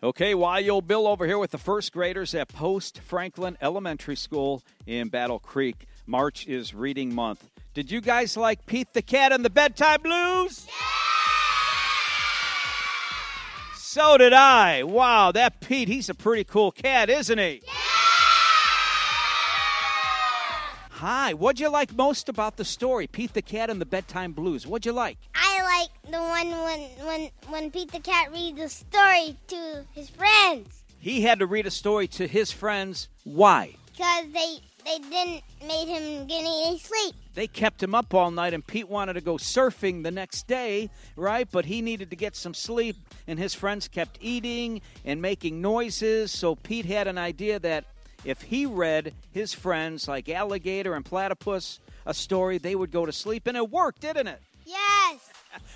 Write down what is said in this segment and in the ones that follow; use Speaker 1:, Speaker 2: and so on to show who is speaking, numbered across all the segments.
Speaker 1: Okay, YO Bill over here with the first graders at Post Franklin Elementary School in Battle Creek. March is reading month. Did you guys like Pete the Cat and the Bedtime Blues? So did I. Wow, that Pete, he's a pretty cool cat, isn't he? Hi, what'd you like most about the story, Pete the Cat and the Bedtime Blues? What'd you like?
Speaker 2: I like the one when when when Pete the Cat reads a story to his friends
Speaker 1: He had to read a story to his friends. Why?
Speaker 2: because they they didn't made him get any sleep.
Speaker 1: They kept him up all night, and Pete wanted to go surfing the next day, right? But he needed to get some sleep, and his friends kept eating and making noises. So Pete had an idea that if he read his friends, like Alligator and Platypus, a story, they would go to sleep. And it worked, didn't it?
Speaker 2: Yes,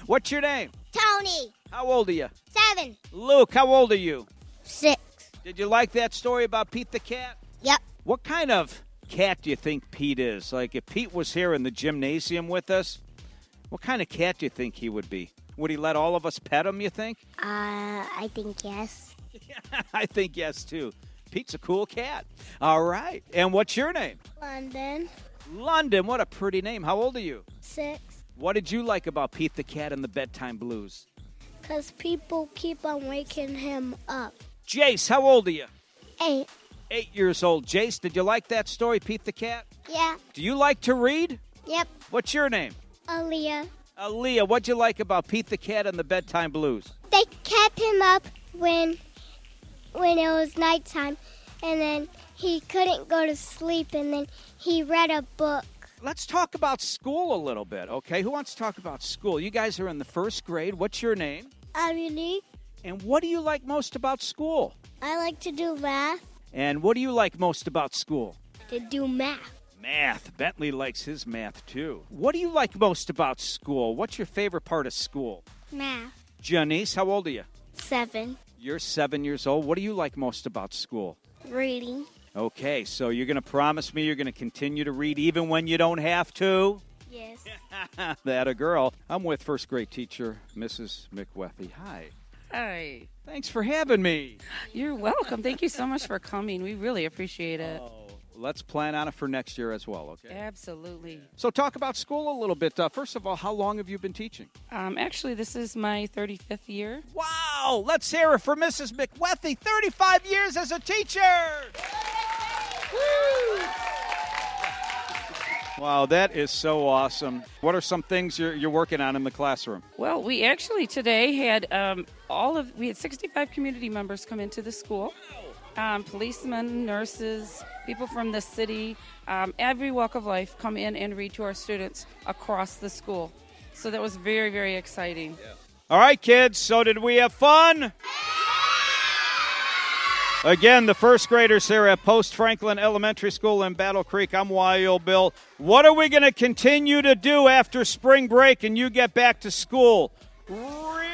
Speaker 1: What's your name?
Speaker 2: Tony.
Speaker 1: How old are you?
Speaker 2: Seven,
Speaker 1: Luke, how old are you?
Speaker 2: six.
Speaker 1: Did you like that story about Pete the Cat?
Speaker 2: Yep.
Speaker 1: What kind of cat do you think Pete is? Like, if Pete was here in the gymnasium with us, what kind of cat do you think he would be? Would he let all of us pet him, you think?
Speaker 2: Uh, I think yes.
Speaker 1: I think yes, too. Pete's a cool cat. All right. And what's your name?
Speaker 2: London,
Speaker 1: London. What a pretty name. How old are you?
Speaker 2: six.
Speaker 1: What did you like about Pete the Cat and the Bedtime Blues?
Speaker 2: Cause people keep on waking him up.
Speaker 1: Jace, how old are you?
Speaker 2: Eight.
Speaker 1: Eight years old. Jace, did you like that story, Pete the Cat?
Speaker 2: Yeah.
Speaker 1: Do you like to read?
Speaker 2: Yep.
Speaker 1: What's your name?
Speaker 2: Aaliyah.
Speaker 1: Aaliyah, what'd you like about Pete the Cat and the Bedtime Blues?
Speaker 2: They kept him up when when it was nighttime, and then he couldn't go to sleep, and then he read a book.
Speaker 1: Let's talk about school a little bit, okay? Who wants to talk about school? You guys are in the first grade. What's your name?
Speaker 2: I'm unique.
Speaker 1: And what do you like most about school?
Speaker 2: I like to do math.
Speaker 1: And what do you like most about school?
Speaker 2: To do math.
Speaker 1: Math. Bentley likes his math too. What do you like most about school? What's your favorite part of school?
Speaker 2: Math.
Speaker 1: Janice, how old are you?
Speaker 2: Seven.
Speaker 1: You're seven years old. What do you like most about school?
Speaker 2: Reading.
Speaker 1: Okay, so you're going to promise me you're going to continue to read even when you don't have to?
Speaker 2: Yes.
Speaker 1: that a girl. I'm with first grade teacher Mrs. McWethy. Hi.
Speaker 3: Hi.
Speaker 1: Thanks for having me.
Speaker 3: You're welcome. Thank you so much for coming. We really appreciate it.
Speaker 1: Oh, let's plan on it for next year as well, okay?
Speaker 3: Absolutely.
Speaker 1: So talk about school a little bit. Uh, first of all, how long have you been teaching?
Speaker 3: Um, actually, this is my 35th year.
Speaker 1: Wow, let's hear it for Mrs. McWethy. 35 years as a teacher. Wow, that is so awesome. What are some things you're, you're working on in the classroom?
Speaker 3: Well, we actually today had um, all of we had 65 community members come into the school. Um, policemen, nurses, people from the city, um, every walk of life come in and read to our students across the school. So that was very, very exciting.
Speaker 1: All right, kids, so did we have fun? Again, the first graders here at Post Franklin Elementary School in Battle Creek. I'm YO Bill. What are we going to continue to do after spring break and you get back to school? Read!